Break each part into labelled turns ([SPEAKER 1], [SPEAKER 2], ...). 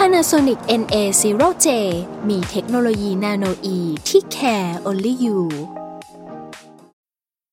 [SPEAKER 1] Panasonic NA0J มีเทคโนโลยีนาโนอีที่ care only you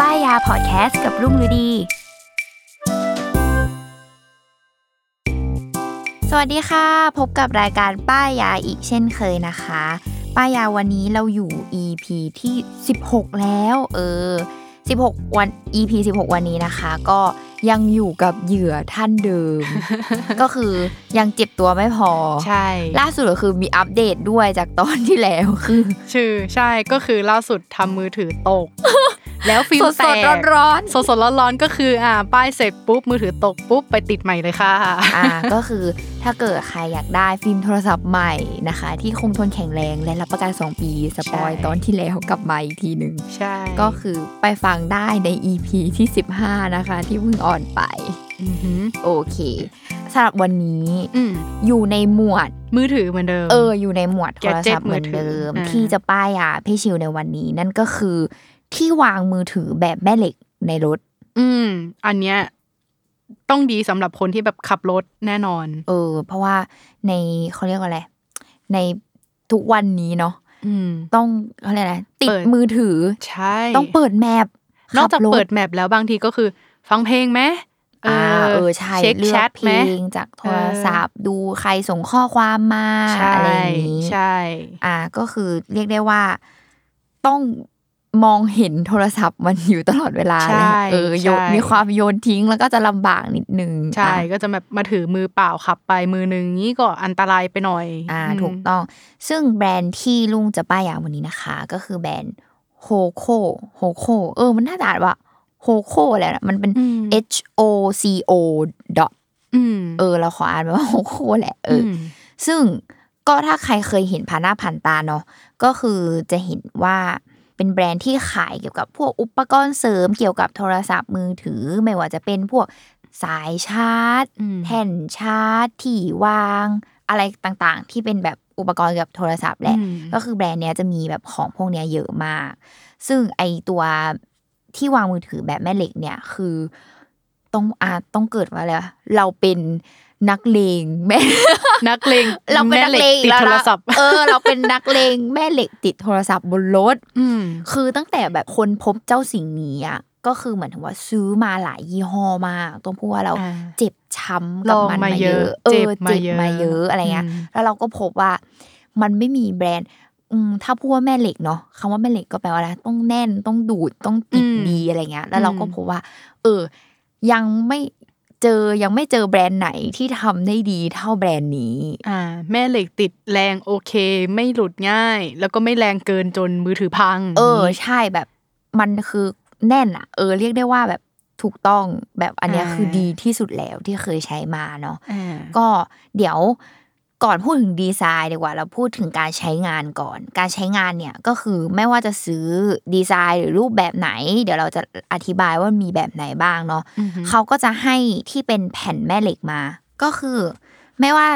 [SPEAKER 2] ป้ายยาพอดแคสต์กับรุ่งฤดี สวัสดีค่ะ พบกับรายการป้ายยาอีกเช่นเคยนะคะ ป้ายยาวันนี้เราอยู่ EP ที่ 16 แล้ว เออ 16 วัน EP 16 วันนี้นะคะ ก็ยังอยู่กับเหยื่อท่านเดิม ก็คือยังเจ็บตัวไม่พอ
[SPEAKER 3] ใช่
[SPEAKER 2] ล่าสุดก็คือมีอัปเดตด้วยจากตอนที่แล้วคือ
[SPEAKER 3] ชื่อใช่ก็คือล่าสุดทำมือถือตก แล้วฟิล
[SPEAKER 2] ส
[SPEAKER 3] แต
[SPEAKER 2] ด
[SPEAKER 3] ก
[SPEAKER 2] ๆร้อนๆ
[SPEAKER 3] สดๆร้อนๆก็คืออ่าป้ายเสร็จปุ๊บมือถือตกปุ๊บไปติดใหม่เลยค่ะ
[SPEAKER 2] อ่าก็คือถ้าเกิดใครอยากได้ฟิล์มโทรศัพท์ใหม่นะคะ ที่คงทนแข็งแรงและรับประกัน 2 ปี สปอย
[SPEAKER 3] ใช่
[SPEAKER 2] ตอนที่แล้วกลับมาอีกทีหนึ่ง
[SPEAKER 3] ใช่
[SPEAKER 2] ก็คือไปฟังได้ใน EP ที่ 15 นะคะ ที่เพิ่งออนไป
[SPEAKER 3] อหือ
[SPEAKER 2] โอเคสำหรับวันนี้
[SPEAKER 3] อืม
[SPEAKER 2] อยู่ในหมวด
[SPEAKER 3] มือถือเหมือนเดิม
[SPEAKER 2] เออ อยู่ในหมวดโทร
[SPEAKER 3] Gadget
[SPEAKER 2] ศัพท์เหมือน
[SPEAKER 3] มื
[SPEAKER 2] เดิม
[SPEAKER 3] อถืออ่า
[SPEAKER 2] ที่จะป้ายยาพี่ชิวในวันนี้ นั่นก็คือที่วางมือถือแบบแม่เหล็กในรถ
[SPEAKER 3] อืมอันเนี้ยต้องดีสำหรับคนที่แบบขับรถแน่นอน
[SPEAKER 2] เออ เพราะว่าในเขาเรียกว่าอะไรในทุกวันนี้เนาะ
[SPEAKER 3] อืม
[SPEAKER 2] ต้องเขาเรียกอะไรติด
[SPEAKER 3] เปิด
[SPEAKER 2] มือถือ
[SPEAKER 3] ใช่
[SPEAKER 2] ต้องเปิดแมพ
[SPEAKER 3] นอกจาก
[SPEAKER 2] ขับรถ
[SPEAKER 3] เปิดแมปแล้วบางทีก็คือ ฟังเพลงไหม
[SPEAKER 2] อ่าเออใช่
[SPEAKER 3] เช็ค
[SPEAKER 2] เลื
[SPEAKER 3] แช
[SPEAKER 2] อก
[SPEAKER 3] ท
[SPEAKER 2] เพ
[SPEAKER 3] ไห
[SPEAKER 2] ล
[SPEAKER 3] ม
[SPEAKER 2] งจากโทรศัพท์ ดูใครส่งข้อความมา
[SPEAKER 3] ใช่
[SPEAKER 2] อะไรอย่างนี้
[SPEAKER 3] ใช่
[SPEAKER 2] อ่าก็คือเรียกได้ว่า ต้องมองเห็นโทรศัพท์มันอยู่ตลอดเวลา
[SPEAKER 3] ใช่
[SPEAKER 2] เลยเออโยน
[SPEAKER 3] ใช่
[SPEAKER 2] มีความโยนทิ้งแล้วก็จะลำบากนิดนึง
[SPEAKER 3] ใช่
[SPEAKER 2] อ่ะ
[SPEAKER 3] ก็จะแบบมาถือมือเปล่าขับไปมือหนึ่งนี้ก็อันตรายไปหน่อย
[SPEAKER 2] อ่าม ถูกต้องซึ่งแบรนด์ที่ลุงจะป้ายยาวันนี้นะคะ ก็คือแบรนด์โฮโคโฮโคเออ มันน่าจะอ่านว่าโฮโคแหละนะมันเป็น
[SPEAKER 3] อืม
[SPEAKER 2] H O C O dot
[SPEAKER 3] อืม
[SPEAKER 2] เออ เราขออ่านว่าโฮโคแหละเอออ
[SPEAKER 3] ม
[SPEAKER 2] ซึ่งก็ถ้าใครเคยเห็นผ่านหน้าผ่านตาเนาะก็คือจะเห็นว่าเป็นแบรนด์ที่ขายเกี่ยวกับพวกอุปกรณ์เสริมเกี่ยวกับโทรศัพท์มือถือ ไม่ว่าจะเป็นพวกสายชาร์จ
[SPEAKER 3] อืม
[SPEAKER 2] แผ่นชาร์จที่วาง อะไรต่างๆ ที่เป็นแบบอุปกรณ์เกยวกับโทรศัพท์แหละ
[SPEAKER 3] อืม
[SPEAKER 2] ก็คือแบรนด์เนี้ยจะมีแบบของพวกเนี้ยเยอะมาก ซึ่งไอตัวที่วางมือถือแบบแม่เหล็กเนี่ยคือต้องอาต้องเกิดมาแล้วะเราเป็นนักเลงแม่
[SPEAKER 3] นักเลง
[SPEAKER 2] เราเป็น
[SPEAKER 3] แม่
[SPEAKER 2] นัก
[SPEAKER 3] ห
[SPEAKER 2] เลง
[SPEAKER 3] ติด
[SPEAKER 2] แล้ว
[SPEAKER 3] โทร
[SPEAKER 2] เรา
[SPEAKER 3] ศัพท์
[SPEAKER 2] เออ เราเป็นนักเลงแม่เหล็กติดโทรศัพท์บนรถ
[SPEAKER 3] อืม
[SPEAKER 2] คือตั้งแต่แบบคนพบเจ้าสิ่งนี้อ่ะก็คือเหมือนถึงว่าซื้อมาหลายยี่ห้อมากต้องพูดว่าเรา
[SPEAKER 3] อ่า
[SPEAKER 2] เจ็บช้ำกับมั
[SPEAKER 3] ล
[SPEAKER 2] น
[SPEAKER 3] อง
[SPEAKER 2] มา
[SPEAKER 3] มา
[SPEAKER 2] เย
[SPEAKER 3] เย
[SPEAKER 2] อะ
[SPEAKER 3] อะ
[SPEAKER 2] เออ
[SPEAKER 3] เจ็
[SPEAKER 2] เจ็บบ
[SPEAKER 3] มาเยอะ
[SPEAKER 2] มาเยอะอะไรเงี้ย
[SPEAKER 3] อืม
[SPEAKER 2] แล้วเราก็พบว่ามันไม่มีแบรนด์ อืมถ้าพูดว่าแม่เหล็กเนาะคำว่าแม่เหล็กก็แปลว่าอะไรต้องแน่นต้องดูดต้องติด
[SPEAKER 3] อืม
[SPEAKER 2] ดีอะไรเงี้ย แล้วเราก็
[SPEAKER 3] อืม
[SPEAKER 2] พบว่า เออ ยังไม่เจอยังไม่เจอแบรนด์ไหนที่ทำได้ดีเท่าแบรนด์นี้
[SPEAKER 3] อ่า แม่เหล็กติดแรงโอเค ไม่หลุดง่าย แล้วก็ไม่แรงเกินจนมือถือพัง
[SPEAKER 2] เออใช่แบบมันคือแน่นอะเออเรียกได้ว่าแบบถูกต้องแบบอันเนี้ยคือดีที่สุดแล้วที่เคยใช้มาเนาะ
[SPEAKER 3] อ่า
[SPEAKER 2] ก็เดี๋ยวก่อนพูดถึงดีไซน์ดีกว่า เราพูดถึงการใช้งานก่อน การใช้งานเนี่ยก็คือไม่ว่าจะซื้อดีไซน์หรือรูปแบบไหน เดี๋ยวเราจะอธิบายว่ามีแบบไหนบ้างเนาะ
[SPEAKER 3] อือหือ
[SPEAKER 2] เขาก็จะให้ที่เป็นแผ่นแม่เหล็กมา ก็คือ ไม่ว่า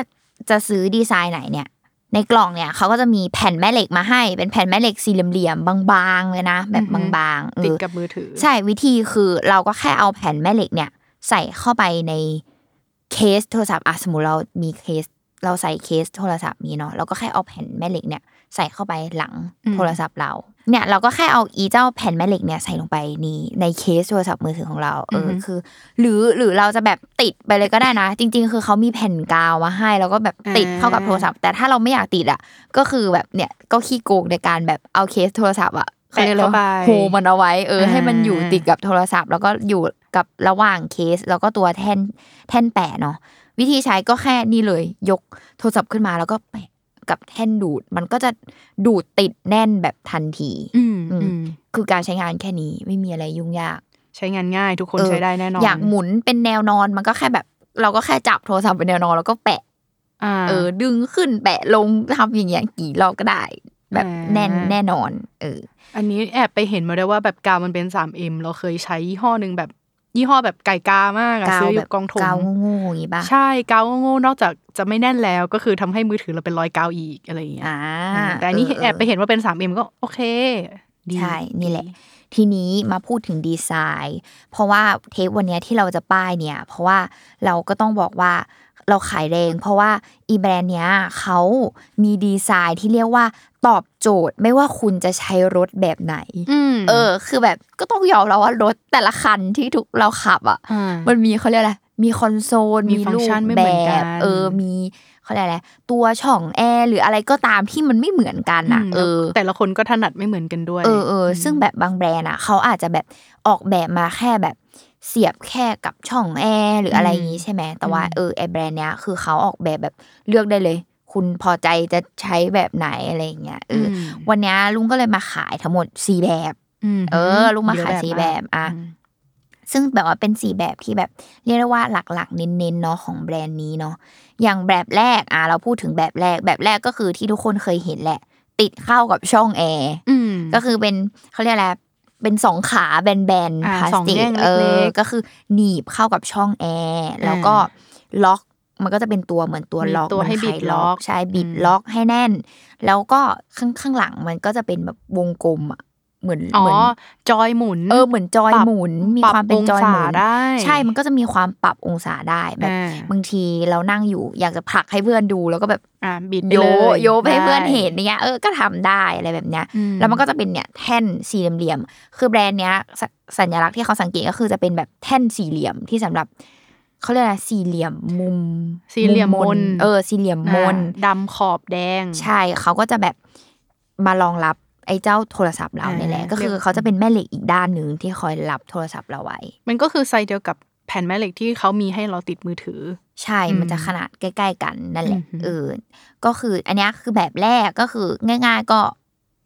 [SPEAKER 2] จะซื้อดีไซน์ไหนเนี่ย ในกล่องเนี่ยเขาก็จะมีแผ่นแม่เหล็กมาให้ เป็นแผ่นแม่เหล็กสี่เหลี่ยมๆบางๆเลยนะ แบบ
[SPEAKER 3] อือหือ
[SPEAKER 2] บางๆเอ
[SPEAKER 3] ติด
[SPEAKER 2] อ
[SPEAKER 3] กับมือถือ
[SPEAKER 2] ใช่วิธีคือเราก็แค่เอาแผ่นแม่เหล็กเนี่ย ใส่เข้าไปในเคสโทรศัพท์อ่ะสมมติเรามีเคส เราใส่เคสโทรศัพท์นี้เนาะเราก็แค่เอาแผ่นแม่เหล็กเนี่ย ใส่เข้าไปหลัง
[SPEAKER 3] อืม
[SPEAKER 2] โทรศัพท์เรา เนี่ยเราก็แค่เอาอีเจ้าแผ่นแม่เหล็กเนี่ยใส่ลงไปนี่ในเคสโทรศัพท์มือถือของเราเอออ
[SPEAKER 3] อฮึ
[SPEAKER 2] คือ หรือหรือเราจะแบบติดไปเลยก็ได้นะ จริง ๆ คือเขามีแผ่นกาวมาให้ แล้วก็แบบติดเข้ากับโทรศัพท์ แต่ถ้าเราไม่อยากติดอ่ะ ก็คือแบบเนี่ยก็ขี้โกงในการแบบเอาเคสโทรศัพท์อ่ะเขาเรียกอะไร
[SPEAKER 3] แปะเข้าไป
[SPEAKER 2] ว่าโฮมันเอาไว้เออ ให้มันอยู่
[SPEAKER 3] อ่า
[SPEAKER 2] ติดกับโทรศัพท์ แล้วก็อยู่กับระหว่างเคส แล้วก็ตัวแท่นแท่นแปะเนาะวิธีใช้ก็แค่นี่เลย ยกโทรศัพท์ขึ้นมาแล้วก็แปะกับแท่นดูด มันก็จะดูดติดแน่นแบบทันที
[SPEAKER 3] อืม
[SPEAKER 2] อืม
[SPEAKER 3] อืม
[SPEAKER 2] คือการใช้งานแค่นี้ไม่มีอะไรยุ่งยาก
[SPEAKER 3] ใช้งานง่ายทุกคน
[SPEAKER 2] เออ
[SPEAKER 3] ใช้ได้แน่นอน
[SPEAKER 2] อยากหมุนเป็นแนวนอนมันก็แค่แบบ เราก็แค่จับโทรศัพท์เป็นแนวนอนแล้วก็แปะ
[SPEAKER 3] อ่า
[SPEAKER 2] เออดึงขึ้นแปะลงทำอย่างเงี้ยกี่รอบก็ได้ แบบ
[SPEAKER 3] อ่า
[SPEAKER 2] แน่นแน่นอนเออ
[SPEAKER 3] อันนี้แอบไปเห็นมาด้วยว่าแบบกาวมันเป็น 3M เราเคยใช้ยี่ห้อหนึ่งแบบยี่ห้อแบบไก่กามากอะ
[SPEAKER 2] กาว
[SPEAKER 3] ซื้ออ
[SPEAKER 2] แบ
[SPEAKER 3] ยู่
[SPEAKER 2] บ
[SPEAKER 3] กองถม
[SPEAKER 2] กาวโง่ๆอย่างงี้ปะ
[SPEAKER 3] ใช่กาวโง่ๆนอกจากจะไม่แน่นแล้วก็คือทำให้มือถือเราเป็นรอยกาวอีกอะไรอย่างเงี้ย
[SPEAKER 2] อ่า
[SPEAKER 3] อืมแต่อันนี้
[SPEAKER 2] เเ
[SPEAKER 3] แอบไปเห็นว่าเป็น 3M ก็โอเคดี
[SPEAKER 2] ใช่นี่แหละ
[SPEAKER 3] ดี
[SPEAKER 2] ทีนี้มาพูดถึงดีไซน์ เพราะว่าเทปวันเนี้ยที่เราจะป้ายเนี่ย เพราะว่าเราก็ต้องบอกว่าเราขายแรง เพราะว่าอีแบรนด์เนี้ยเขามีดีไซน์ที่เรียกว่าตอบโจทย์ไม่ว่าคุณจะใช้รถแบบไหน เออ คือแบบก็ต้องยอมแล้วว่ารถแต่ละคันที่ทุกเราขับอ่ะ
[SPEAKER 3] อ่ามั
[SPEAKER 2] มันมีเขาเรียกอะไร มีคอนโซล
[SPEAKER 3] มี
[SPEAKER 2] มี
[SPEAKER 3] ฟังก์
[SPEAKER 2] รูป
[SPEAKER 3] ชันไม่
[SPEAKER 2] แบ
[SPEAKER 3] เหมือนกัน
[SPEAKER 2] บ เออ มีเขาเรียกอะไร ตัวช่องแอร์หรืออะไรก็ตามที่มันไม่เหมือนกันอ่ะ เออ
[SPEAKER 3] แต่ละคนก็ถนัดไม่เหมือนกันด้วย
[SPEAKER 2] เออเออซึ่งแบบบางแบรนด์อ่ะเขาอาจจะแบบออกแบบมาแค่แบบเสียบแค่กับช่องแอร์หรืออะไรอย่างงี้ใช่ไหมแต่ว่าเออไอแบรนด์เนี้ยคือเขาออกแบบแบบเลือกได้เลย คุณพอใจจะใช้แบบไหนอะไรอย่างเงี้ยเอออ
[SPEAKER 3] ม
[SPEAKER 2] วันเนี้ยลุงก็เลยมาขายทั้งหมดสี่แบบ
[SPEAKER 3] ม
[SPEAKER 2] เออลุงมาขาย
[SPEAKER 3] เยอะ
[SPEAKER 2] สีแบบอ่ะ
[SPEAKER 3] อืม
[SPEAKER 2] ซึ่งแบบว่าเป็นสีแบบที่แบบเรียกได้ว่าหลักๆ เน้นๆเนาะของแบรนด์นี้เนาะอย่างแบบแรกอ่ะเราพูดถึงแบบแรกแบบแรกก็คือที่ทุกคนเคยเห็นแหละ ติดเข้ากับช่องแอร์ ก็คือเป็นเขาเรียกอะไรเป็นสองขาแบน
[SPEAKER 3] อ่า
[SPEAKER 2] ๆพลาส
[SPEAKER 3] สอง
[SPEAKER 2] ติก
[SPEAKER 3] แง่งเล็กๆ
[SPEAKER 2] เออก็คือหนีบเข้ากับช่องแอร์แล้วก็ล็อกมันก็จะเป็นตัวเหมือนตัว
[SPEAKER 3] มี
[SPEAKER 2] ล็อก
[SPEAKER 3] ตัวให้
[SPEAKER 2] มันไข
[SPEAKER 3] บิดล็อก
[SPEAKER 2] ใช่บิด
[SPEAKER 3] อืม
[SPEAKER 2] ล็อกให้แน่น แล้วก็ข้างข้างหลังมันก็จะเป็นแบบวงกลมอ่ะเหมือน
[SPEAKER 3] อ๋อ
[SPEAKER 2] เหมืน
[SPEAKER 3] จอยหมุน
[SPEAKER 2] เออเหมือนจอย
[SPEAKER 3] ปรับ
[SPEAKER 2] หมุนมี
[SPEAKER 3] ปรับ
[SPEAKER 2] ความเป็นจอยหมุ
[SPEAKER 3] อน งศาได้
[SPEAKER 2] ใช่มันก็จะมีความปรับองศาได้แบบ
[SPEAKER 3] อ่า
[SPEAKER 2] บางทีเรานั่งอยู่อยากจะผลักให้เพื่อนดูแล้วก็แบบ
[SPEAKER 3] อ่าบิดไป
[SPEAKER 2] โย
[SPEAKER 3] เลย
[SPEAKER 2] โยไปให้เพื่อนเห็นเนี่ยเออก็ทำได้อะไรแบบเนี้ย
[SPEAKER 3] อืม
[SPEAKER 2] แล้วมันก็จะเป็นเนี่ยแท่นสี่เหลี่ยมๆคือแบรนด์เนี้ยสสัญลักษณ์ที่เขาสังเกตก็คือจะเป็นแบบแท่นสี่เหลี่ยมที่สำหรับเขาเรียกอะไรสี่เหลี่ยมมุม
[SPEAKER 3] สี่เหลี่ยมมน
[SPEAKER 2] เออสี่เหลี่ยมมน
[SPEAKER 3] อ่าดำขอบแดง
[SPEAKER 2] ใช่เขาก็จะแบบมารองรับไอ้เจ้าโทรศัพท์เรา
[SPEAKER 3] อ่า
[SPEAKER 2] เนี่ยแหละ ก็
[SPEAKER 3] เรียก
[SPEAKER 2] คือเขาจะเป็นแม่เหล็กอีกด้านหนึ่งที่คอยรับโทรศัพท์เราไว้
[SPEAKER 3] มันก็คือไซส์เดียวกับแผ่นแม่เหล็กที่เขามีให้เราติดมือถือ
[SPEAKER 2] ใช่
[SPEAKER 3] อืม
[SPEAKER 2] มันจะขนาดใกล้ ๆ กันนั่นแหละ
[SPEAKER 3] อือหือ
[SPEAKER 2] เออก็คืออันเนี้ยคือแบบแรกก็คือง่าย ๆ ก็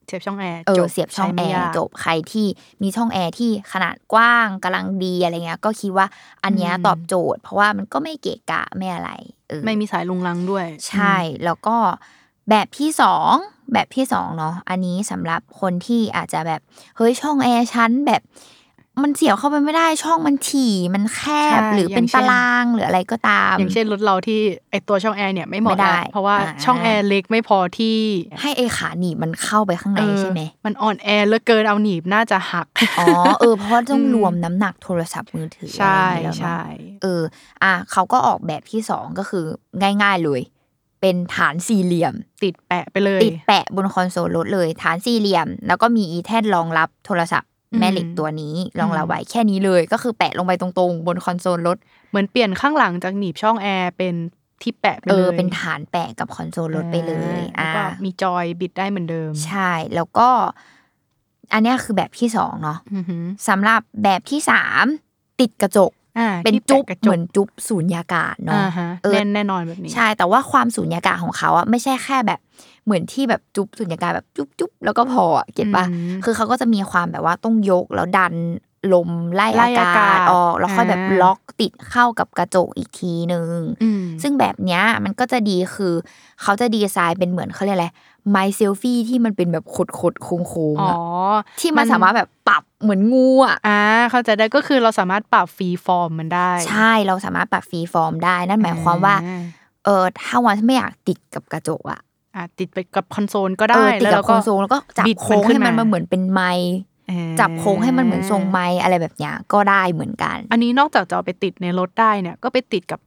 [SPEAKER 3] เสียบช่องแอร์
[SPEAKER 2] เอ
[SPEAKER 3] จ
[SPEAKER 2] อบ เสียบช่อง
[SPEAKER 3] ใไม่
[SPEAKER 2] แอร์
[SPEAKER 3] ยาก
[SPEAKER 2] จบใครที่มีช่องแอร์ที่ขนาดกว้างกำลังดีอะไรเงี้ยก็คิดว่าอันเนี้ย
[SPEAKER 3] อืม
[SPEAKER 2] ตอบโจทย์ เพราะว่ามันก็ไม่เกะกะไม่อะไรเออ
[SPEAKER 3] ไม่มีสายลุงลังด้วย
[SPEAKER 2] ใช่แล้วก็แบบที่สองแบบที่สองเนาะอันนี้สำหรับคนที่อาจจะแบบเฮ้ยช่องแอร์ชั้นแบบ มันเสียบเข้าไปไม่ได้ช่องมันถี่มันแคบหรือเป็นตารางหรืออะไรก็ตาม
[SPEAKER 3] อย่างเช่นรถเราที่ไอตัวช่องแอร์เนี่ยไม่เหมาะ
[SPEAKER 2] ไม่ได้
[SPEAKER 3] แล้วเพราะว่า
[SPEAKER 2] อ่า
[SPEAKER 3] ช่องแอร์เล็กไม่พอที่
[SPEAKER 2] ให้ไอขาหนีบมันเข้าไปข้างใน
[SPEAKER 3] เออ
[SPEAKER 2] ใช่ไหม
[SPEAKER 3] มันอ่อนแอเหลือเกินเอาหนีบน่าจะหัก
[SPEAKER 2] อ๋อเออเพราะว่าต้อง
[SPEAKER 3] อืม
[SPEAKER 2] รวมน้ำหนักโทรศัพท์มือถือ
[SPEAKER 3] ใช่
[SPEAKER 2] อะไรอย่างเงี้ยแล้วเนอะ
[SPEAKER 3] ใช่
[SPEAKER 2] เออ อ่ะเขาก็ออกแบบที่สองก็คือง่ายๆเลย เป็นฐานสี่เหลี่ยม
[SPEAKER 3] ติดแปะไปเลย
[SPEAKER 2] ติดแปะบนคอนโซลรถเลย ฐานสี่เหลี่ยม แล้วก็มีอีแท่นรองรับโทรศัพท์
[SPEAKER 3] อืม
[SPEAKER 2] แม่เหล็กตัวนี้รองรับไว้แค่นี้เลย ก็คือแปะลงไปตรงๆ บนคอนโซลรถ
[SPEAKER 3] เหมือนเปลี่ยนข้างหลังจากหนีบช่องแอร์เป็นที่แปะไป
[SPEAKER 2] เอ
[SPEAKER 3] เล
[SPEAKER 2] อ
[SPEAKER 3] ย
[SPEAKER 2] เป็นฐานแปะกับคอนโซลรถไปเลย
[SPEAKER 3] อ่า
[SPEAKER 2] อ่า
[SPEAKER 3] แล้วก็มีจอยบิดได้เหมือนเดิม
[SPEAKER 2] ใช่ แล้วก็ อันเนี้ยคือแบบที่สองเนาะ
[SPEAKER 3] อือหือ
[SPEAKER 2] สำหรับแบบที่สามติดกระจก
[SPEAKER 3] อ่า
[SPEAKER 2] เป็น
[SPEAKER 3] ที่แะ
[SPEAKER 2] จุ๊บ
[SPEAKER 3] กระจ
[SPEAKER 2] เหมื
[SPEAKER 3] ก
[SPEAKER 2] อนจุ๊บสูญญากาศ
[SPEAKER 3] อ่า
[SPEAKER 2] เนาะ
[SPEAKER 3] ฮะ
[SPEAKER 2] เออ
[SPEAKER 3] แน่นแน่นอนแบบนี้
[SPEAKER 2] ใช่แต่ว่าความสูญญากาศของเขาอะไม่ใช่แค่แบบเหมือนที่แบบจุ๊บสูญญากาศแบบจุ๊บจุ๊บแล้วก็พออะเก็ตปะ
[SPEAKER 3] อืม
[SPEAKER 2] คือเขาก็จะมีความแบบว่าต้องยกแล้วดันลมไล่
[SPEAKER 3] ไล่
[SPEAKER 2] อาก
[SPEAKER 3] อากา
[SPEAKER 2] า
[SPEAKER 3] ศ
[SPEAKER 2] ศออกแล้วค่อยแบบ
[SPEAKER 3] อ่า
[SPEAKER 2] ล็อกติดเข้ากับกระจกอีกทีนึง
[SPEAKER 3] อืม
[SPEAKER 2] ซึ่งแบบเนี้ยมันก็จะดีคือ เขาจะดีไซน์เป็นเหมือนเขาเรียกอะไรไมเซลฟี่ที่มันเป็นแบบขดขดๆโค้งโค้ง
[SPEAKER 3] อ๋อ
[SPEAKER 2] ที่มันสามารถแบบปรับเหมือนงูอะ
[SPEAKER 3] อ่า เข้าใจได้ก็คือเราสามารถปรับฟรีฟอร์มมันได้
[SPEAKER 2] ใช่เราสามารถปรับฟรีฟอร์มได้นั่นหมายความว่า
[SPEAKER 3] อ่
[SPEAKER 2] เออถ้าวันที่ไม่อยากติดกับกระจกอะ
[SPEAKER 3] อ่าติดไปกับคอนโซลก็ได้
[SPEAKER 2] เออติด
[SPEAKER 3] แล้ว
[SPEAKER 2] กับ
[SPEAKER 3] เราก็
[SPEAKER 2] โครงทรงแล้วก็จับ
[SPEAKER 3] บิด
[SPEAKER 2] โค้ง
[SPEAKER 3] ขึ้
[SPEAKER 2] ให้มัน
[SPEAKER 3] นา
[SPEAKER 2] มาเหมือนเป็นไม้
[SPEAKER 3] อ่า
[SPEAKER 2] จับโค้งให้มันเหมือนทรงไม้อะไรแบบเนี้ยก็ได้เหมือนกัน
[SPEAKER 3] อันนี้นอกจากจะเอาไปติดในรถได้เนี่ย ก็ไปติดกับ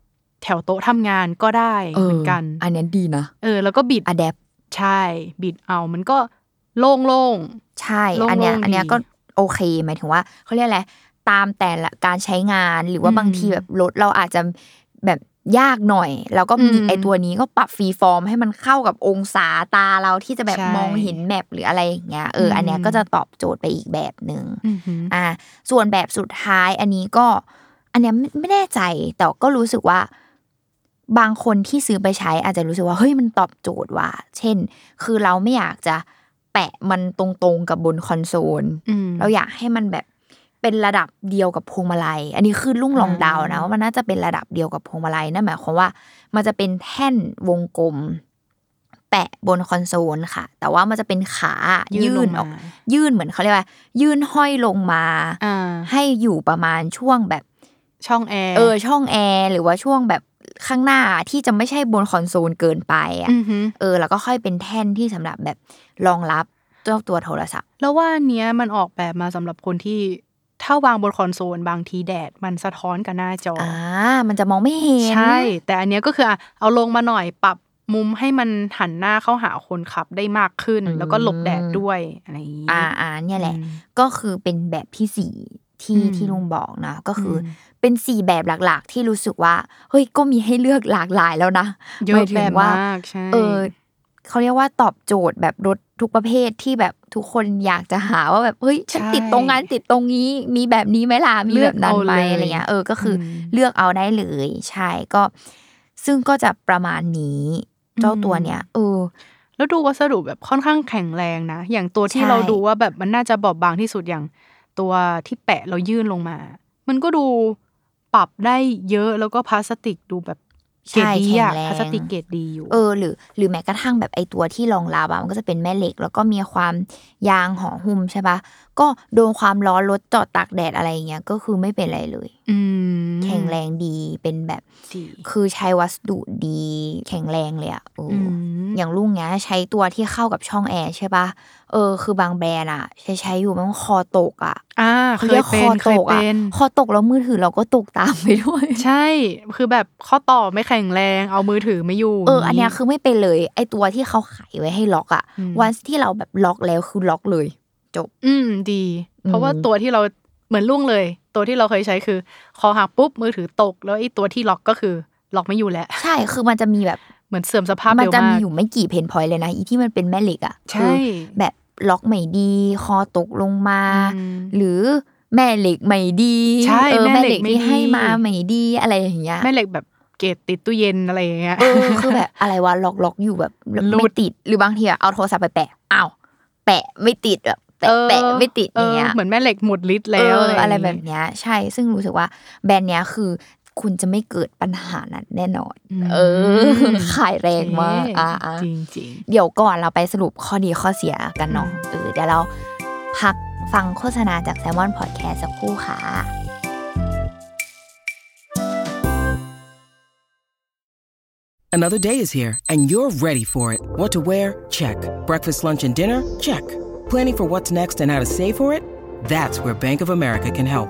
[SPEAKER 3] แถวโต๊ะทำงานก็ได้เหมือนกัน
[SPEAKER 2] อันเนี้ยดีนะ
[SPEAKER 3] เออ แล้วก็บิด
[SPEAKER 2] อะแดป
[SPEAKER 3] ใช่บิดเอามันก็โล่งโล่ง
[SPEAKER 2] ใช่
[SPEAKER 3] โล่งๆ
[SPEAKER 2] อันเนี้ย
[SPEAKER 3] ดี
[SPEAKER 2] อันเนี้ยก็โอเคหมายถึงว่าเขาเรียกอะไรตามแต่ละการใช้งานหรือว่า
[SPEAKER 3] อืม
[SPEAKER 2] บางทีแบบรถเราอาจจะแบบยากหน่อย แล้วก็มี
[SPEAKER 3] อืม
[SPEAKER 2] ไอตัวนี้ก็ปรับฟรีฟอร์มให้มันเข้ากับองศาตาเราที่จะแบบ
[SPEAKER 3] ใช่
[SPEAKER 2] มองเห็นแมปหรืออะไรอย่างเงี้ยเอออ
[SPEAKER 3] ม
[SPEAKER 2] อันเนี้ยก็จะตอบโจทย์ไปอีกแบบหนึ่ง
[SPEAKER 3] ๆอือหือ
[SPEAKER 2] อ่าส่วนแบบสุดท้ายอันนี้ก็อันเนี้ยไม่ไม่แน่ใจ แต่ก็รู้สึกว่า บางคนที่ซื้อไปใช้อาจจะรู้สึกว่าเฮ้ยมันตอบโจทย์ว่ะเช่น คือเราไม่อยากจะแปะมันตรงๆกับบนคอนโซล
[SPEAKER 3] อืม
[SPEAKER 2] เราอยากให้มันแบบเป็นระดับเดียวกับพวงมาลัย อันนี้คือลุงลอง
[SPEAKER 3] อ่า
[SPEAKER 2] เดาวนะว่ามันน่าจะเป็นระดับเดียวกับพวงมาลัยนั่นหมายความว่า มันจะเป็นแท่นวงกลม แปะบนคอนโซลค่ะ แต่ว่ามันจะเป็นขายื่น
[SPEAKER 3] ลง
[SPEAKER 2] ออก
[SPEAKER 3] มา
[SPEAKER 2] ยื่นเหมือนเขาเรียกว่า ยื่นห้อยลงมา
[SPEAKER 3] อ่า
[SPEAKER 2] ให้อยู่ประมาณช่วงแบบ
[SPEAKER 3] ช่องแอร์
[SPEAKER 2] เออช่องแอร์หรือว่าช่วงแบบข้างหน้าที่จะไม่ใช่บนคอนโซลเกินไปอ่ะ
[SPEAKER 3] อือหือ
[SPEAKER 2] เออ แล้วก็ค่อยเป็นแท่นที่สำหรับแบบรองรับเจ้าตัวโทรศัพท์
[SPEAKER 3] แล้วว่าอันเนี้ยมันออกแบบมาสำหรับคนที่ ถ้าวางบนคอนโซลบางทีแดดมันสะท้อนกับหน้าจออ
[SPEAKER 2] อ่า มันจะมองไม่เห็น
[SPEAKER 3] ใช่ แต่อันเนี้ยก็คืออ่ะเอาลงมาหน่อยปรับมุมให้มันหันหน้าเข้าหาคนขับได้มากขึ้น
[SPEAKER 2] อืม
[SPEAKER 3] แล้วก็หลบแดดด้วยอะไรอย่างนี้
[SPEAKER 2] อ่าอ่าเนี่ยแหละ ก็คือเป็นแบบที่สี่ที่
[SPEAKER 3] อืม
[SPEAKER 2] ที่ลุงบอกนะ ก็คืออ
[SPEAKER 3] ม
[SPEAKER 2] เป็นสี่แบบหลักๆ ที่รู้สึกว่า เฮ้ยก็มีให้เลือกหลากหลายแล้วนะ
[SPEAKER 3] เยอะ
[SPEAKER 2] หมายถึ
[SPEAKER 3] แบ
[SPEAKER 2] ง
[SPEAKER 3] บ
[SPEAKER 2] ว่าม
[SPEAKER 3] ากใช่
[SPEAKER 2] เออเขาเรียกว่าตอบโจทย์แบบรถทุกประเภทที่แบบทุกคนอยากจะหาว่าแบบเฮ้ยฉันติดตรงนั้นติดตรงนี้ มีแบบนี้ไหมล่ะมีแบบนั้นไหมอะไรเงี้ยเออก็คืออเลือกเอาได้เลย ใช่ก็ซึ่งก็จะประมาณนี้เจ้าตัวเนี้ยเออ
[SPEAKER 3] แล้วดูวัสดุแบบค่อนข้างแข็งแรงนะ อย่างตัวที่
[SPEAKER 2] ใช่
[SPEAKER 3] เราดูว่าแบบมันน่าจะบอบบางที่สุดอย่างตัวที่แปะเรายื่นลงมา มันก็ดูปรับได้เยอะแล้วก็พลาสติกดูแบบเกรด
[SPEAKER 2] ใช่
[SPEAKER 3] ดี
[SPEAKER 2] แข็ง
[SPEAKER 3] อะ
[SPEAKER 2] แรง
[SPEAKER 3] พลาสติกเกรดดีอยู่
[SPEAKER 2] เออหรือหรือแม้กระทั่งแบบไอตัวที่รองรับอะมันก็จะเป็นแม่เหล็ก แล้วก็มีความยางห่อหุ้มใช่ปะก็โดนความร้อนรถจอดตากแดดอะไรอย่างเงี้ยก็คือไม่เป็นไรเลย
[SPEAKER 3] อืม
[SPEAKER 2] แข็งแรงดีเป็นแบบ
[SPEAKER 3] ดี
[SPEAKER 2] คือใช้วัสดุดีแข็งแรงเลยอะโอ้
[SPEAKER 3] อืม
[SPEAKER 2] อย่างลุงเนี้ยใช้ตัวที่เข้ากับช่องแอร์ใช่ปะเออ คือบางแบรนด์อะใช้ใช้อยู่มันคอตกอะ
[SPEAKER 3] อ่าเค
[SPEAKER 2] เขาเรี
[SPEAKER 3] ย
[SPEAKER 2] กค
[SPEAKER 3] เป็
[SPEAKER 2] อน
[SPEAKER 3] เคย
[SPEAKER 2] ตกอะ
[SPEAKER 3] เป็น
[SPEAKER 2] คอตกแล้วมือถือเราก็ตกตามไปด้วย
[SPEAKER 3] ใช่ คือแบบข้อต่อไม่แข็งแรงเอามือถือไม่อยู่
[SPEAKER 2] เออ อันเนี้ย
[SPEAKER 3] ย่าง
[SPEAKER 2] คือไม่เป็นเลย ไอตัวที่เขาขายไว้ให้ล็อกอะ
[SPEAKER 3] อืม
[SPEAKER 2] วันที่เราแบบล็อกแล้วคือล็อกเลย จบ
[SPEAKER 3] อืมดี เพราะว่า
[SPEAKER 2] อืม
[SPEAKER 3] ตัวที่เราเหมือนล่วงเลย ตัวที่เราเคยใช้คือ คอหักปุ๊บมือถือตก แล้วไอ้ตัวที่ล็อกก็คือล็อกไม่อยู่แล้ว
[SPEAKER 2] ใช่ คือมันจะมีแบบ
[SPEAKER 3] เหมือนเสื่อมสภาพ
[SPEAKER 2] มั
[SPEAKER 3] เร็ว
[SPEAKER 2] จะมี
[SPEAKER 3] มาก
[SPEAKER 2] อยู่ไม่กี่เพนพอยต์เลยนะ อีที่มันเป็นแม่เหล็กอะ
[SPEAKER 3] ใช่
[SPEAKER 2] คือแบบล็อกไม่ดี คอตกลงมา
[SPEAKER 3] อืม
[SPEAKER 2] หรือแม่เหล็กไม่ดี
[SPEAKER 3] ใช่
[SPEAKER 2] เออ
[SPEAKER 3] แม่
[SPEAKER 2] แม่
[SPEAKER 3] เห
[SPEAKER 2] เห
[SPEAKER 3] ล็
[SPEAKER 2] ล็
[SPEAKER 3] ก
[SPEAKER 2] ก
[SPEAKER 3] ไม่
[SPEAKER 2] ที่
[SPEAKER 3] ดี
[SPEAKER 2] ให้มาไม่ดีอะไรอย่างเงี้ย
[SPEAKER 3] แม่เหล็กแบบเกตติดตู้เย็นอะไรอย่างเงี้ย
[SPEAKER 2] เออ คือแบบ อะไรวะล็อกล็อกอยู่แบบ
[SPEAKER 3] หลุ
[SPEAKER 2] ไม่
[SPEAKER 3] ด
[SPEAKER 2] ติด หรือบางทีอะเอาโทรศัพท์ไปแปะอ้าวแปะไม่ติดแบบแปะแปะไม่ติดอย่างเงี้ย
[SPEAKER 3] เหมือนแม่เหล็กหมดฤทธิ์แล้ว
[SPEAKER 2] เอออะไรแบบ
[SPEAKER 3] ย่างเงี้ย
[SPEAKER 2] เนี้ยใช่ซึ่งรู้สึกว่าแบรนด์เนี้ยคือคุณจะไม่เกิดปัญหานั้นแน่นอน
[SPEAKER 3] อืม
[SPEAKER 2] เออ ขายแรงมากอ่ะอ่ะ
[SPEAKER 3] จริงจริง
[SPEAKER 2] เดี๋ยวก่อนเราไปสรุปข้อดีข้อเสียกันเนาะเออเดี๋ยวเราพักฟังโฆษณาจากแซมมอนพอดแคสสักครู่ค่ะ
[SPEAKER 4] Another day is here, and you're ready for it. What to wear? Check. Breakfast, lunch, and dinner? Check. Planning for what's next and how to save for it? That's where Bank of America can help.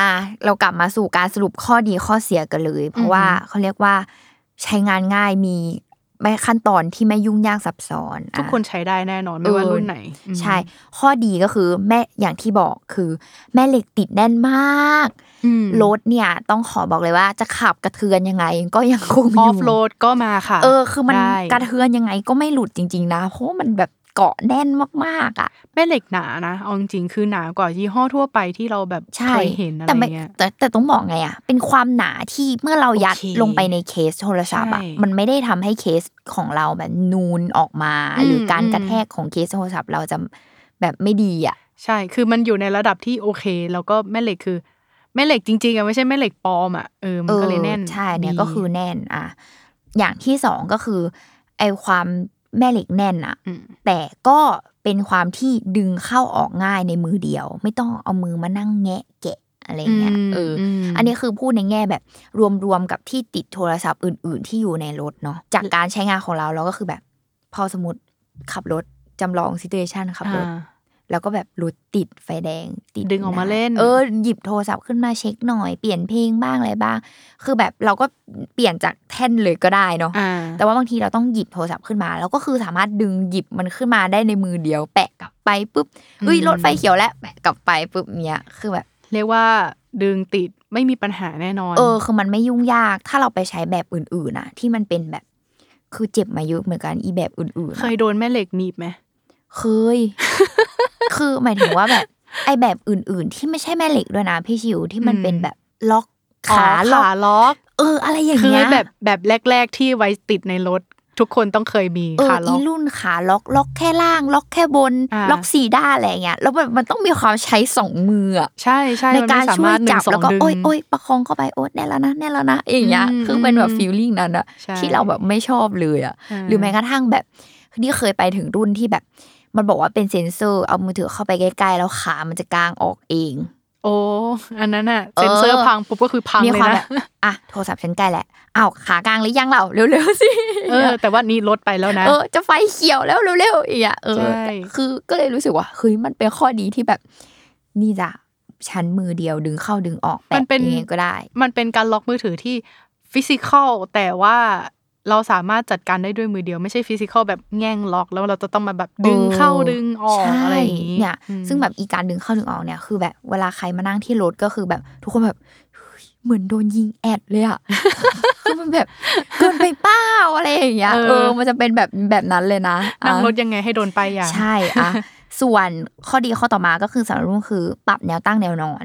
[SPEAKER 2] อ่ะเรากลับมาสู่การสรุปข้อดีข้อเสียกันเลย เพราะว่าเขาเรียกว่าใช้งานง่ายมีไม่ขั้นตอนที่ไม่ยุ่งยากซับซ้อน
[SPEAKER 3] ทุก
[SPEAKER 2] อ่ะ
[SPEAKER 3] คนใช้ได้แน่นอนไม่ว่า
[SPEAKER 2] เออ
[SPEAKER 3] รุ่นไหนอืม
[SPEAKER 2] ใช่ ข้อดีก็คือแม่อย่างที่บอกคือ แม่เหล็กติดแน่นมาก
[SPEAKER 3] อืม
[SPEAKER 2] รถเนี่ยต้องขอบอกเลยว่าจะขับกระเทือนยังไงก็ยังคงอ
[SPEAKER 3] ออยู่ ฟโรดก็มาค่ะ
[SPEAKER 2] เออคือมัน
[SPEAKER 3] ได้
[SPEAKER 2] กระเทือนยังไงก็ไม่หลุดจริง ๆ นะ เพราะว่ามันแบบเกาะแน่นมากๆอ่ะ
[SPEAKER 3] แม่เหล็กหนานะเอาจริงๆคือหนากว่ายี่ห้อทั่วไปที่เราแบบ
[SPEAKER 2] ใช่
[SPEAKER 3] เคยเห็นอะไร
[SPEAKER 2] แต่ไม่
[SPEAKER 3] เงี้ย
[SPEAKER 2] แต่แต่ต้องบอกไงอ่ะเป็นความหนาที่เมื่อเรายัด
[SPEAKER 3] โอเค
[SPEAKER 2] ลงไปในเคสโทรศัพท์อ่ะ
[SPEAKER 3] ใช่
[SPEAKER 2] มันไม่ได้ทำให้เคสของเราแบบนูนออกมา หรืออ
[SPEAKER 3] ม
[SPEAKER 2] การกระ
[SPEAKER 3] อืม
[SPEAKER 2] แทกของเคสโทรศัพท์เราจะแบบไม่ดีอ่ะ
[SPEAKER 3] ใช่ คือมันอยู่ในระดับที่โอเค แล้วก็แม่เหล็กคือ แม่เหล็กจริงๆอะไม่ใช่แม่เหล็กปลอมอะเออ มันก็เลยแน่น
[SPEAKER 2] ออใช่เนี่ย
[SPEAKER 3] ดี
[SPEAKER 2] ก็คือแน่นอ่ะอย่างที่สองก็คือไอความ แม่เหล็กแน่นอะ
[SPEAKER 3] อืม
[SPEAKER 2] แต่ก็เป็นความที่ดึงเข้าออกง่ายในมือเดียว ไม่ต้องเอามือมานั่งแงะแกะอะไรเงี้ย
[SPEAKER 3] อืม
[SPEAKER 2] เอออ
[SPEAKER 3] ม
[SPEAKER 2] อันนี้คือพูดในแง่แบบรวมๆกับที่ติดโทรศัพท์อื่น ๆ ที่อยู่ในรถเนาะจากการใช้งานของเราเราก็คือแบบ พอสมมติขับรถจำลองซิเ u เ t ชันขับรถ
[SPEAKER 3] อ่า
[SPEAKER 2] แล้วก็แบบรถติดไฟแดงติด
[SPEAKER 3] ดึงออกมาเล่น
[SPEAKER 2] เออหยิบโทรศัพท์ขึ้นมาเช็คหน่อยเปลี่ยนเพลงบ้างอะไรบ้าง คือแบบเราก็เปลี่ยนจากแท่นเลยก็ได้เนาะ
[SPEAKER 3] อ่า
[SPEAKER 2] แต่ว่าบางทีเราต้องหยิบโทรศัพท์ขึ้นมา แล้วก็คือสามารถดึงหยิบมันขึ้นมาได้ในมือเดียว แปะกลับไปปุ๊บเอ้ยรถไฟเขียวแล้วแปะกลับไปปุ๊บเนี้ยคือแบบ
[SPEAKER 3] เรียกว่าดึงติดไม่มีปัญหาแน่นอน
[SPEAKER 2] เออคือมันไม่ยุ่งยากถ้าเราไปใช้แบบอื่นๆนะที่มันเป็นแบบ คือเจ็บมาเยอะเหมือนกันอีแบบอื่นๆ
[SPEAKER 3] เค
[SPEAKER 2] อะ
[SPEAKER 3] ยโดนแม่เหล็กหนีบไหม
[SPEAKER 2] เคย คือหมายถึงว่าแบบไอแบบอื่นๆ ที่ไม่ใช่แม่เหล็กด้วยนะพี่ชิวที่มัน
[SPEAKER 3] อืม
[SPEAKER 2] เป็นแบบล็อก
[SPEAKER 3] อ๋อ
[SPEAKER 2] ขาล็อก
[SPEAKER 3] ขาล็อก
[SPEAKER 2] เออ อะไรอย่าง
[SPEAKER 3] เคย
[SPEAKER 2] เงี้ย
[SPEAKER 3] แบบแบบแรก ๆ ที่ไว้ติดในรถ ทุกคนต้องเคยมี
[SPEAKER 2] เออ
[SPEAKER 3] ขาล็
[SPEAKER 2] อี
[SPEAKER 3] อก
[SPEAKER 2] รุ่นขาล็อกล็อกแค่ล่าง ล็อกแค่บน
[SPEAKER 3] อ่า
[SPEAKER 2] ล็อกสี่ด้านอะไรอย่างเงี้ยแล้วมันมันต้องมีความใช้สองมืออะ
[SPEAKER 3] ใช่ใช่
[SPEAKER 2] ใน
[SPEAKER 3] มัน
[SPEAKER 2] การ
[SPEAKER 3] ไม่สา
[SPEAKER 2] ช่ว
[SPEAKER 3] มาย รถหนึ่
[SPEAKER 2] จั
[SPEAKER 3] ง
[SPEAKER 2] บ
[SPEAKER 3] สอ
[SPEAKER 2] แล้ว
[SPEAKER 3] ง
[SPEAKER 2] ก็
[SPEAKER 3] ดึง
[SPEAKER 2] โอ๊ยโอ๊ยประคองเข้าไปโอ๊ยได้แล้วนะได้แล้วนะอย่างเงี้ย
[SPEAKER 3] อืม
[SPEAKER 2] คือเป็นแบบ
[SPEAKER 3] อืม
[SPEAKER 2] ฟีลลิ่งนั้นอะ
[SPEAKER 3] ใช่
[SPEAKER 2] ที่เราแบบไม่ชอบเลยอะ
[SPEAKER 3] เห
[SPEAKER 2] รือแม้กระทั่งแบบนี่เคยไปถึงรุ่นที่แบบ มันบอกว่าเป็นเซ็นเซอร์เอามือถือเข้าไปใกล้ๆ แล้วขามันจะกางออกเอง
[SPEAKER 3] โอ้อันนั้นอะ
[SPEAKER 2] เออ
[SPEAKER 3] เซ็นเซอร์พังปุ๊บก็คือพัง
[SPEAKER 2] มี
[SPEAKER 3] เลย
[SPEAKER 2] ความแบ
[SPEAKER 3] นะ
[SPEAKER 2] บอ่ะโทรศัพท์ฉันใกล้แหละอ้าวขากางหรือยังเราเร็วๆสิ
[SPEAKER 3] เออ แต่ว่านี่รถไปแล้วนะ
[SPEAKER 2] เออ จะไฟเขียวแล้วเร็วๆอีกอ่ะเออ
[SPEAKER 3] ใช่
[SPEAKER 2] คือก็เลยรู้สึกว่าเฮ้ยมันเป็นข้อดีที่แบบ นี่จ้ะฉันมือเดียวดึงเข้าดึงออก
[SPEAKER 3] มั
[SPEAKER 2] แปะ
[SPEAKER 3] นเป็น
[SPEAKER 2] ยังไงก็ได้
[SPEAKER 3] มันเป็นการล็อกมือถือที่ฟิสิกอลแต่ว่าเราสามารถจัดการได้ด้วยมือเดียวไม่ใช่ฟิสิกอลแบบแง่งล็อก แล้วเราจะต้องมาแบบดึงเข้า
[SPEAKER 2] เออ
[SPEAKER 3] ดึงออก
[SPEAKER 2] ใช่
[SPEAKER 3] อะไรอย่างนี้
[SPEAKER 2] เนี่ย
[SPEAKER 3] อืม
[SPEAKER 2] ซึ่งแบบอีการดึงเข้าดึงออกเนี่ยคือแบบเวลาใครมานั่งที่รถก็คือแบบทุกคนแบบเฮ้ยเหมือนโดนยิงแอดเลยอ่ะ คือมันแบบเกินไปเป้าอะไรอย่างเงี้ย
[SPEAKER 3] เออ
[SPEAKER 2] เออ มันจะเป็นแบบแบบนั้นเลยนะ
[SPEAKER 3] นั่งรถ
[SPEAKER 2] อ่ะ
[SPEAKER 3] ยังไงให้โดนไปอย่าง
[SPEAKER 2] ใช่อ่ะ ส่วนข้อดีข้อต่อมาก็คือสำหรับรุ่นคือปรับแนวตั้งแนวนอน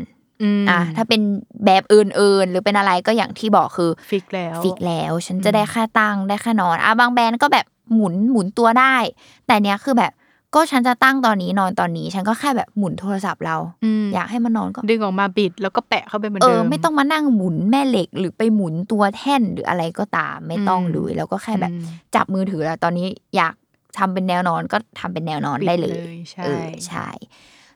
[SPEAKER 3] ม
[SPEAKER 2] อ่ะถ้าเป็นแบบอื่นๆ หรือเป็นอะไรก็อย่างที่บอกคือ
[SPEAKER 3] ฟิกแล้ว
[SPEAKER 2] ฟิกแล้วฉันจะได้แค่ตั้งได้แค่นอนอ่ะบางแบรนด์ก็แบบหมุนหมุนตัวได้ แต่เนี้ยคือแบบก็ฉันจะตั้งตอนนี้นอนตอนนี้ ฉันก็แค่แบบหมุนโทรศัพท์เรา
[SPEAKER 3] อืม
[SPEAKER 2] อยากให้มันนอนก็
[SPEAKER 3] ดึงออกมาบิดแล้วก็แปะเข้าไปเหมือน
[SPEAKER 2] เอ
[SPEAKER 3] เดิ
[SPEAKER 2] อ
[SPEAKER 3] ม
[SPEAKER 2] ไม่ต้องมานั่งหมุนแม่เหล็กหรือไปหมุนตัวแท่นหรืออะไรก็ตาม ไม่ต้อง
[SPEAKER 3] อืม
[SPEAKER 2] เลยแล้วก็แค่แบบ
[SPEAKER 3] อืม
[SPEAKER 2] จับมือถือแล้วตอนนี้อยากทำเป็นแนวนอนก็ทำเป็นแนวนอนได้เลย
[SPEAKER 3] ปิใช่
[SPEAKER 2] เออใช่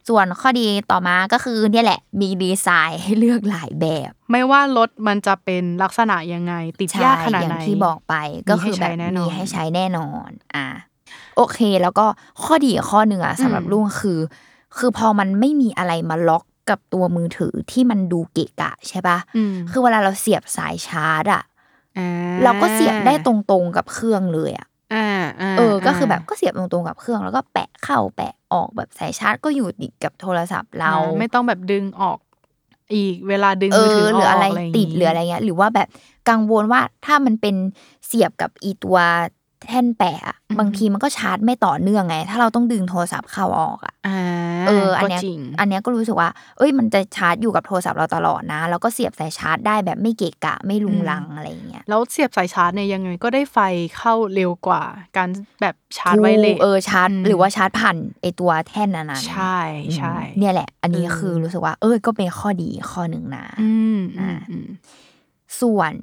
[SPEAKER 2] ส่วนข้อดีต่อมาก็คือเนี่ยแหละมีดีไซน์ให้เลือกหลายแบบ
[SPEAKER 3] ไม่ว่ารถมันจะเป็นลักษณะยังไง ติด
[SPEAKER 2] ใช่
[SPEAKER 3] ยากขนาด
[SPEAKER 2] อย่า
[SPEAKER 3] ไหน
[SPEAKER 2] งที่บอกไปก็คือแบบ
[SPEAKER 3] มีให้ใช้แน่นอ
[SPEAKER 2] มี
[SPEAKER 3] น
[SPEAKER 2] ให้ใช้แน่นอนอ่ะโอเค แล้วก็ข้อดีอีกข้อหนึ่งอ่ะสำหรับ
[SPEAKER 3] อืม
[SPEAKER 2] ลุงคือ คือพอมันไม่มีอะไรมาล็อกกับตัวมือถือที่มันดูเกะกะใช่ปะ
[SPEAKER 3] อืม
[SPEAKER 2] คือเวลาเราเสียบสายชาร์จอ่ะ
[SPEAKER 3] อ่
[SPEAKER 2] เราก็เสียบได้ตรงๆกับเครื่องเลยอ่ะ
[SPEAKER 3] อ่าา
[SPEAKER 2] เออ ก็คือแบบ
[SPEAKER 3] า
[SPEAKER 2] ก็เสียบตรงๆกับเครื่อง แล้วก็แปะเข้าแปะออกแบบสายชาร์จก็อยู่ติดกับโทรศัพท์เรา
[SPEAKER 3] อ่ไม่ต้องแบบดึงออก อีกเวลาดึง
[SPEAKER 2] เอ
[SPEAKER 3] มือถื
[SPEAKER 2] อ
[SPEAKER 3] อ
[SPEAKER 2] หรืออะไร
[SPEAKER 3] กย่างงี้
[SPEAKER 2] ติดหรืออะไรเงี้ยหรือว่าแบบกังวลว่าถ้ามันเป็นเสียบกับอีตัวแท่นแปะอะบางทีมันก็ชาร์จไม่ต่อเนื่องไง ถ้าเราต้องดึงโทรศัพท์เข้าออกอ่ะ
[SPEAKER 3] อ่า
[SPEAKER 2] เอออัน
[SPEAKER 3] ก็
[SPEAKER 2] เนี้ย
[SPEAKER 3] จริง
[SPEAKER 2] อันเนี้ยก็รู้สึกว่า เอ้ยมันจะชาร์จอยู่กับโทรศัพท์เราตลอดนะ แล้วก็เสียบสายชาร์จได้แบบไม่เกะกะไม่ลุงลังอะไรอย่างเงี้ย
[SPEAKER 3] แล้วเสียบสายชาร์จเนี่ยยังไงก็ได้ไฟเข้าเร็วกว่า การแบบชาร์จไวเล
[SPEAKER 2] ถู
[SPEAKER 3] ส
[SPEAKER 2] กเออชาร์จ
[SPEAKER 3] อืม
[SPEAKER 2] หรือว่าชาร์จผ่านไอตัวแท่นนั้นๆ
[SPEAKER 3] ใช่ใช่
[SPEAKER 2] อืมเนี่ยแหละ อันนี้
[SPEAKER 3] เออ
[SPEAKER 2] คือรู้สึกว่า เออก็เป็นข้อดีข้อหนึ่งนะ
[SPEAKER 3] อืมอืมอืม
[SPEAKER 2] ส่วน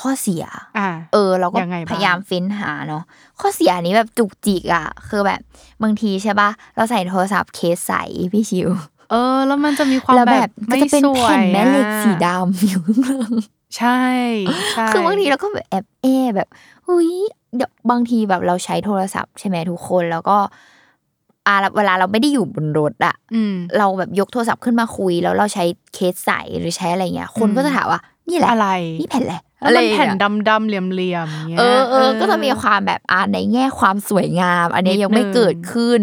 [SPEAKER 2] ข้อเสีย
[SPEAKER 3] อ่า
[SPEAKER 2] เออเราก็
[SPEAKER 3] ยังไงบ้าง
[SPEAKER 2] พยายามเฟ้นหาเนาะข้อเสียอันนี้แบบจุกจิกอ่ะ คือแบบบางทีใช่ปะเราใส่โทรศัพท์เคสใสพี่ชิว
[SPEAKER 3] เออ แล้วมันจะมีความ
[SPEAKER 2] แล้ว
[SPEAKER 3] แบ
[SPEAKER 2] แบบ
[SPEAKER 3] บ
[SPEAKER 2] ก็
[SPEAKER 3] ไม่
[SPEAKER 2] จะเป็น
[SPEAKER 3] สว
[SPEAKER 2] แผ่
[SPEAKER 3] ย
[SPEAKER 2] นแม่เหล็กสี
[SPEAKER 3] อะ
[SPEAKER 2] ดำอยู่ข้างหลัง
[SPEAKER 3] ใช่ใช่
[SPEAKER 2] คือบางทีเราก็แบบแอบแอบแบบอุ้ยเดี๋ยวบางทีแบบเราใช้โทรศัพท์ใช่ไหมทุกคนแล้วก็อ่าเวลาเราไม่ได้อยู่บนรถอะ
[SPEAKER 3] อืม
[SPEAKER 2] เราแบบยกโทรศัพท์ขึ้นมาคุย แล้วเราใช้เคสใสหรือใช้อะไรเงี้ย คนก็จะถามว่านี่แหละ
[SPEAKER 3] อะไร
[SPEAKER 2] นี่แผ่นแหละ
[SPEAKER 3] แล้วมัน
[SPEAKER 2] อย่าง
[SPEAKER 3] แผ่น
[SPEAKER 2] เงี้ย
[SPEAKER 3] ดำดำๆเหลี่ยมเหลี่ยมๆงี้ย
[SPEAKER 2] เออเออ ก็จะมีความแบบอ่าในแง่ความสวยงาม อันเนี้ย
[SPEAKER 3] นิด
[SPEAKER 2] ยังไม่
[SPEAKER 3] นึง
[SPEAKER 2] เกิดขึ้น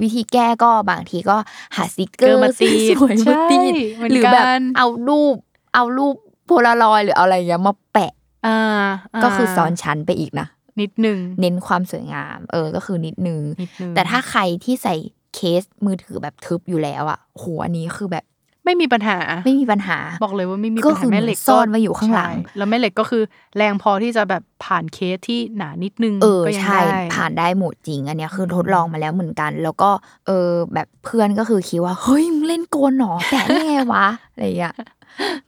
[SPEAKER 2] วิธีแก้ก็บางทีก็หาสติกเกอ
[SPEAKER 3] เกิ
[SPEAKER 2] ร์
[SPEAKER 3] มาตี
[SPEAKER 2] สวยๆมาติดห
[SPEAKER 3] ห
[SPEAKER 2] รื
[SPEAKER 3] รือ อ
[SPEAKER 2] แบ
[SPEAKER 3] แบบ บ
[SPEAKER 2] เอารูปเอารูปโพลารอยด์หรืออะไรอย่างเงี้ยมาแปะ
[SPEAKER 3] อ่าา
[SPEAKER 2] ก็คือซ้อนชั้นไปอีกนะ
[SPEAKER 3] นิดหนึ่ง
[SPEAKER 2] เน้นความสวยงาม เออก็คือนิดนึง
[SPEAKER 3] นิดหนึง
[SPEAKER 2] แต่ถ้าใครที่ใส่เคสมือถือแบบทึบอยู่แล้วอ่ะโหอันนี้คือแบบ
[SPEAKER 3] ไม่มีปัญหา
[SPEAKER 2] ไม่มีปัญหา
[SPEAKER 3] บอกเลยว่าไม่มี
[SPEAKER 2] ก็
[SPEAKER 3] ปัญ
[SPEAKER 2] คื
[SPEAKER 3] หา
[SPEAKER 2] อ
[SPEAKER 3] แม่เหล็ก
[SPEAKER 2] ซ่อนไว้อยู่ข้างหลัง
[SPEAKER 3] ใช่แล้วแม่เหล็กก็คือแรงพอที่จะแบบผ่านเคสที่หนานิดนึง
[SPEAKER 2] เออ
[SPEAKER 3] ก็ยัง
[SPEAKER 2] ใช่
[SPEAKER 3] ได้
[SPEAKER 2] ผ่านได้หมดจริง อันเนี้ยคือทดลองมาแล้วเหมือนกัน แล้วก็เออแบบเพื่อนก็คือคิดว่าเฮ้ยมึงเล่นโกนหนอ แปะได้ไงวะ อะไรอย่างเงี้ย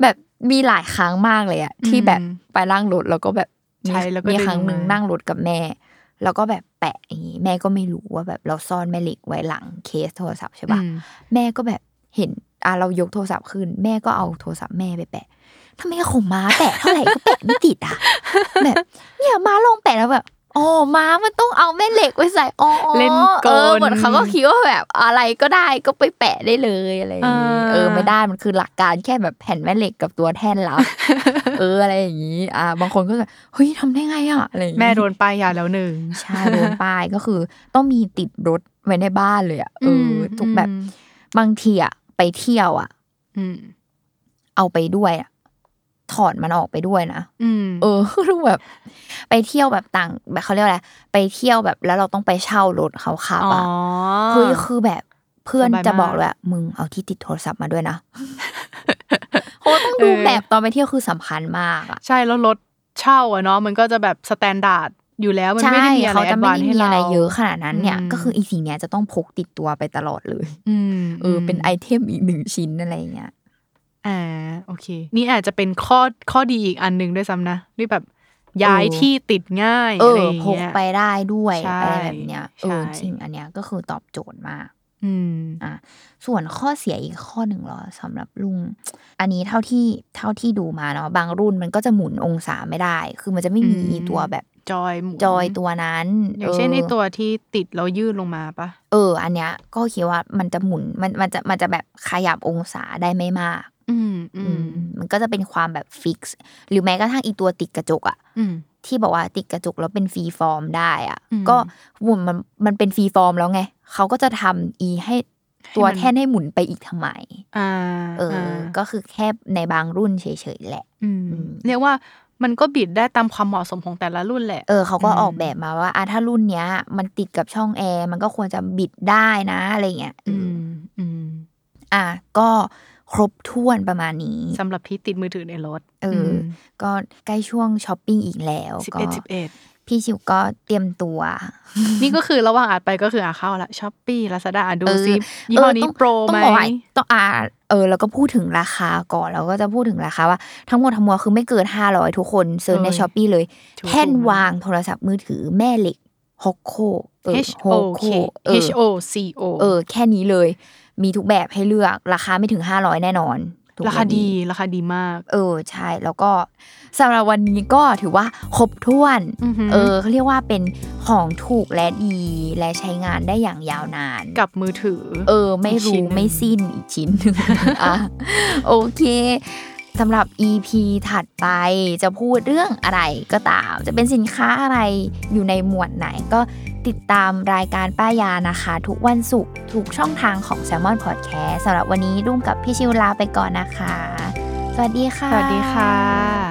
[SPEAKER 2] แบบมีหลายครั้งมากเลยอะที่แบบ
[SPEAKER 3] อืม
[SPEAKER 2] ไปนั่งรถแล้วก็แบบมี
[SPEAKER 3] ใช่แล้วก็
[SPEAKER 2] มี
[SPEAKER 3] ดึง
[SPEAKER 2] ครั้งหนึ่ง
[SPEAKER 3] มานั่
[SPEAKER 2] นั่งรถกับแม่ แล้วก็แบบแปะอย่างงี้แม่ก็ไม่รู้ว่าแบบเราซ่อนแม่เหล็กไว้หลังเคสโทรศัพท์ใช่ปะ
[SPEAKER 3] อืม
[SPEAKER 2] แม่ก็แบบเห็นอ่ะเรายกโทรศัพท์ขึ้น แม่ก็เอาโทรศัพท์แม่ไปแปะทำไมของม้าแปะเท่าไหร่ก็แปะไม่ติดอ่ะแบบเนี่ยม้าลองแปะแล้วแบบอ๋อม้ามันต้องเอาแม่เหล็กไว้ใส่อ๋อ
[SPEAKER 3] เล่นกล
[SPEAKER 2] เออเหมือนเขาก็คิดว่าแบบอะไรก็ได้ก็ไปแปะได้เลยอะไรอย่างงี้
[SPEAKER 3] อ่า
[SPEAKER 2] เออไม่ได้มันคือหลักการแค่แบบแผ่นแม่เหล็กกับตัวแท่นรับ เอออะไรอย่างนี้ อ่า บางคนก็จะเฮ้ยทำได้ไงอ่ะอะไรอย่างงี้
[SPEAKER 3] แม่โดนป้ายยาแล้วหนึ่ง
[SPEAKER 2] ใช่โดนป้ายก็คือ ต้องมีติดรถไว้ในบ้านเลยอ่ะเอออ
[SPEAKER 3] ม
[SPEAKER 2] ทุกแบบ
[SPEAKER 3] อืม
[SPEAKER 2] บางทีอ่ะไปเที่ยวอ่ะ
[SPEAKER 3] อืม
[SPEAKER 2] เอาไปด้วยอะถอดมันออกไปด้วยนะ
[SPEAKER 3] อืม
[SPEAKER 2] เอ อ รู้แบบ ไปเที่ยวแบบต่าง แบบเขาเรียกว่าอะไรไปเที่ยวแบบแล้วเราต้องไปเช่ารถเขาขับ
[SPEAKER 3] อ๋อ
[SPEAKER 2] อ่ะเฮ้ยคือแบบเพื่อน
[SPEAKER 3] สบายมาก
[SPEAKER 2] จะบอกเลยอะมึงเอาที่ติดโทรศัพท์มาด้วยนะโอ้ต้องดูแบบตอนไปเที่ยวคือสำคัญมากอ่ะ
[SPEAKER 3] ใช่แล้วรถเช่าอะเนาะมันก็จะแบบสแตนดาร์ดอยู่แล้วมัน
[SPEAKER 2] ใช่
[SPEAKER 3] ไม่ได้มีอะไร
[SPEAKER 2] เขา
[SPEAKER 3] แอ
[SPEAKER 2] จะ
[SPEAKER 3] ด
[SPEAKER 2] ไม่
[SPEAKER 3] วาน
[SPEAKER 2] ได้
[SPEAKER 3] ให้
[SPEAKER 2] มี
[SPEAKER 3] เรา
[SPEAKER 2] อะไรเยอะขนาดนั้นเนี่ย
[SPEAKER 3] ม
[SPEAKER 2] ก็คืออีสิ่งเนี้ยจะต้องพกติดตัวไปตลอดเลย
[SPEAKER 3] ม
[SPEAKER 2] เอออเป็นไอเทมอีกหนึ่งชิ้นอะไรอย่างเงี้ย
[SPEAKER 3] อ่าโอเค นี่อาจจะเป็นข้อข้อดีอีกอันหนึ่งด้วยซ้ำนะที่แบบย้าย
[SPEAKER 2] เออ
[SPEAKER 3] ที่ติดง่าย
[SPEAKER 2] เอ
[SPEAKER 3] อะไร
[SPEAKER 2] อ
[SPEAKER 3] อย่าง
[SPEAKER 2] พก
[SPEAKER 3] เงี้ย
[SPEAKER 2] ไปได้ด้วย
[SPEAKER 3] ใช่
[SPEAKER 2] อะไรแบบเนี้ยเออ
[SPEAKER 3] ใช่
[SPEAKER 2] สิ่งอันเนี้ยก็คือตอบโจทย์มาก
[SPEAKER 3] อืม
[SPEAKER 2] ส่วนข้อเสียอีกข้อหนึ่งเหรอสำหรับลุง อันนี้เท่าที่เท่าที่ดูมาเนาะบางรุ่นมันก็จะหมุนองศาไม่ได้ คือมันจะไม่มี
[SPEAKER 3] อืม
[SPEAKER 2] ตัวแบบ
[SPEAKER 3] จอยหมุน
[SPEAKER 2] จอยตัวนั้น
[SPEAKER 3] อย่างเช่น
[SPEAKER 2] ออ
[SPEAKER 3] ไอตัวที่ติดแล้วยืดลงมาปะ
[SPEAKER 2] เออ อันเนี้ยก็คิดว่ามันจะหมุนมันมันจะมันจะแบบขยับองศาได้ไม่มาก
[SPEAKER 3] อืมอื
[SPEAKER 2] อื
[SPEAKER 3] ม
[SPEAKER 2] มมันก็จะเป็นความแบบฟิกซ์หรือแม้กระทั่งอีตัวติดกระจกอะ
[SPEAKER 3] อืม
[SPEAKER 2] ที่บอกว่าติดกระจกแล้วเป็นฟรีฟอร์มได้อะ
[SPEAKER 3] อืม
[SPEAKER 2] ก็หมุนมันมันเป็นฟรีฟอร์มแล้วไงเขาก็จะทำอีให้ตัว
[SPEAKER 3] ให้มัน
[SPEAKER 2] แท่นให้หมุนไปอีกทำไม
[SPEAKER 3] อ่า
[SPEAKER 2] เอออ
[SPEAKER 3] า
[SPEAKER 2] ก็คือแค่ในบางรุ่นเฉยๆแหละ
[SPEAKER 3] อืม
[SPEAKER 2] อืม
[SPEAKER 3] เรียกว่ามันก็บิดได้ตามความเหมาะสมของแต่ละรุ่นแหละ
[SPEAKER 2] เออเขาก็
[SPEAKER 3] อืม
[SPEAKER 2] ออกแบบมาว่าอ่ะถ้ารุ่นเนี้ย มันติดกับช่องแอร์มันก็ควรจะบิดได้นะอะไรเงี้ยเออ
[SPEAKER 3] อืม
[SPEAKER 2] อ
[SPEAKER 3] อืม
[SPEAKER 2] อ่ะก็ครบถ้วนประมาณนี้
[SPEAKER 3] สำหรับที่ติดมือถือในรถ
[SPEAKER 2] เอออก็ใกล้ช่วงช้อปปิ้งอีกแล้ว
[SPEAKER 3] สิบ
[SPEAKER 2] ก็
[SPEAKER 3] เอ็ดสิบเอ็ด
[SPEAKER 2] พี่ชิวก็เตรียมตัว
[SPEAKER 3] นี่ก็คือระหว่างอัดไปก็คืออาเข้าละช้อปปี้ลาซาด้าดู
[SPEAKER 2] เออ
[SPEAKER 3] ซิยี่ห้อนี้
[SPEAKER 2] เต้อง
[SPEAKER 3] โปร
[SPEAKER 2] ต้
[SPEAKER 3] ไห
[SPEAKER 2] อ
[SPEAKER 3] ม
[SPEAKER 2] งบอกว่าต้องอ่าเออ แล้วก็พูดถึงราคาก่อนแล้วก็จะพูดถึงราคาว่าทั้งหมดทั้งมวลคือไม่เกินห้าร้อยทุกคนเซิร์ชในช้อปปีเลย แท่นวางโทรศัพท์มือถือแม่เหล็กฮอกโคเออ
[SPEAKER 3] H O K
[SPEAKER 2] ฮกเออ
[SPEAKER 3] H O C O
[SPEAKER 2] เออ แค่นี้เลย มีทุกแบบให้เลือกราคาไม่ถึงห้าร้อยแน่นอนทุก
[SPEAKER 3] ราคา
[SPEAKER 2] แบบนี้
[SPEAKER 3] ดีราคาดีมาก
[SPEAKER 2] เออใช่แล้วก็สำหรับวันนี้ก็ถือว่าครบถ้วน
[SPEAKER 3] อือหือ
[SPEAKER 2] เออเขาเรียกว่าเป็นของถูกและดีและใช้งานได้อย่างยาวนาน
[SPEAKER 3] กับมือถือ
[SPEAKER 2] เออ ไม่
[SPEAKER 3] อีกชิ้นห
[SPEAKER 2] รู้
[SPEAKER 3] นึ่ง
[SPEAKER 2] ไม่สิ้นอีกชิ้นหนึ่งอ่ะโอเคสำหรับ EP ถัดไปจะพูดเรื่องอะไรก็ตาม จะเป็นสินค้าอะไรอยู่ในหมวดไหนก็ติดตามรายการป้ายานะคะ ทุกวันศุกร์ทุกช่องทางของ s ซ l m o n Podcast สำหรับวันนี้รุ่งกับพี่ชิวลาไปก่อนนะคะ สวัสดีค่ะ
[SPEAKER 3] สวัสดีค่ะ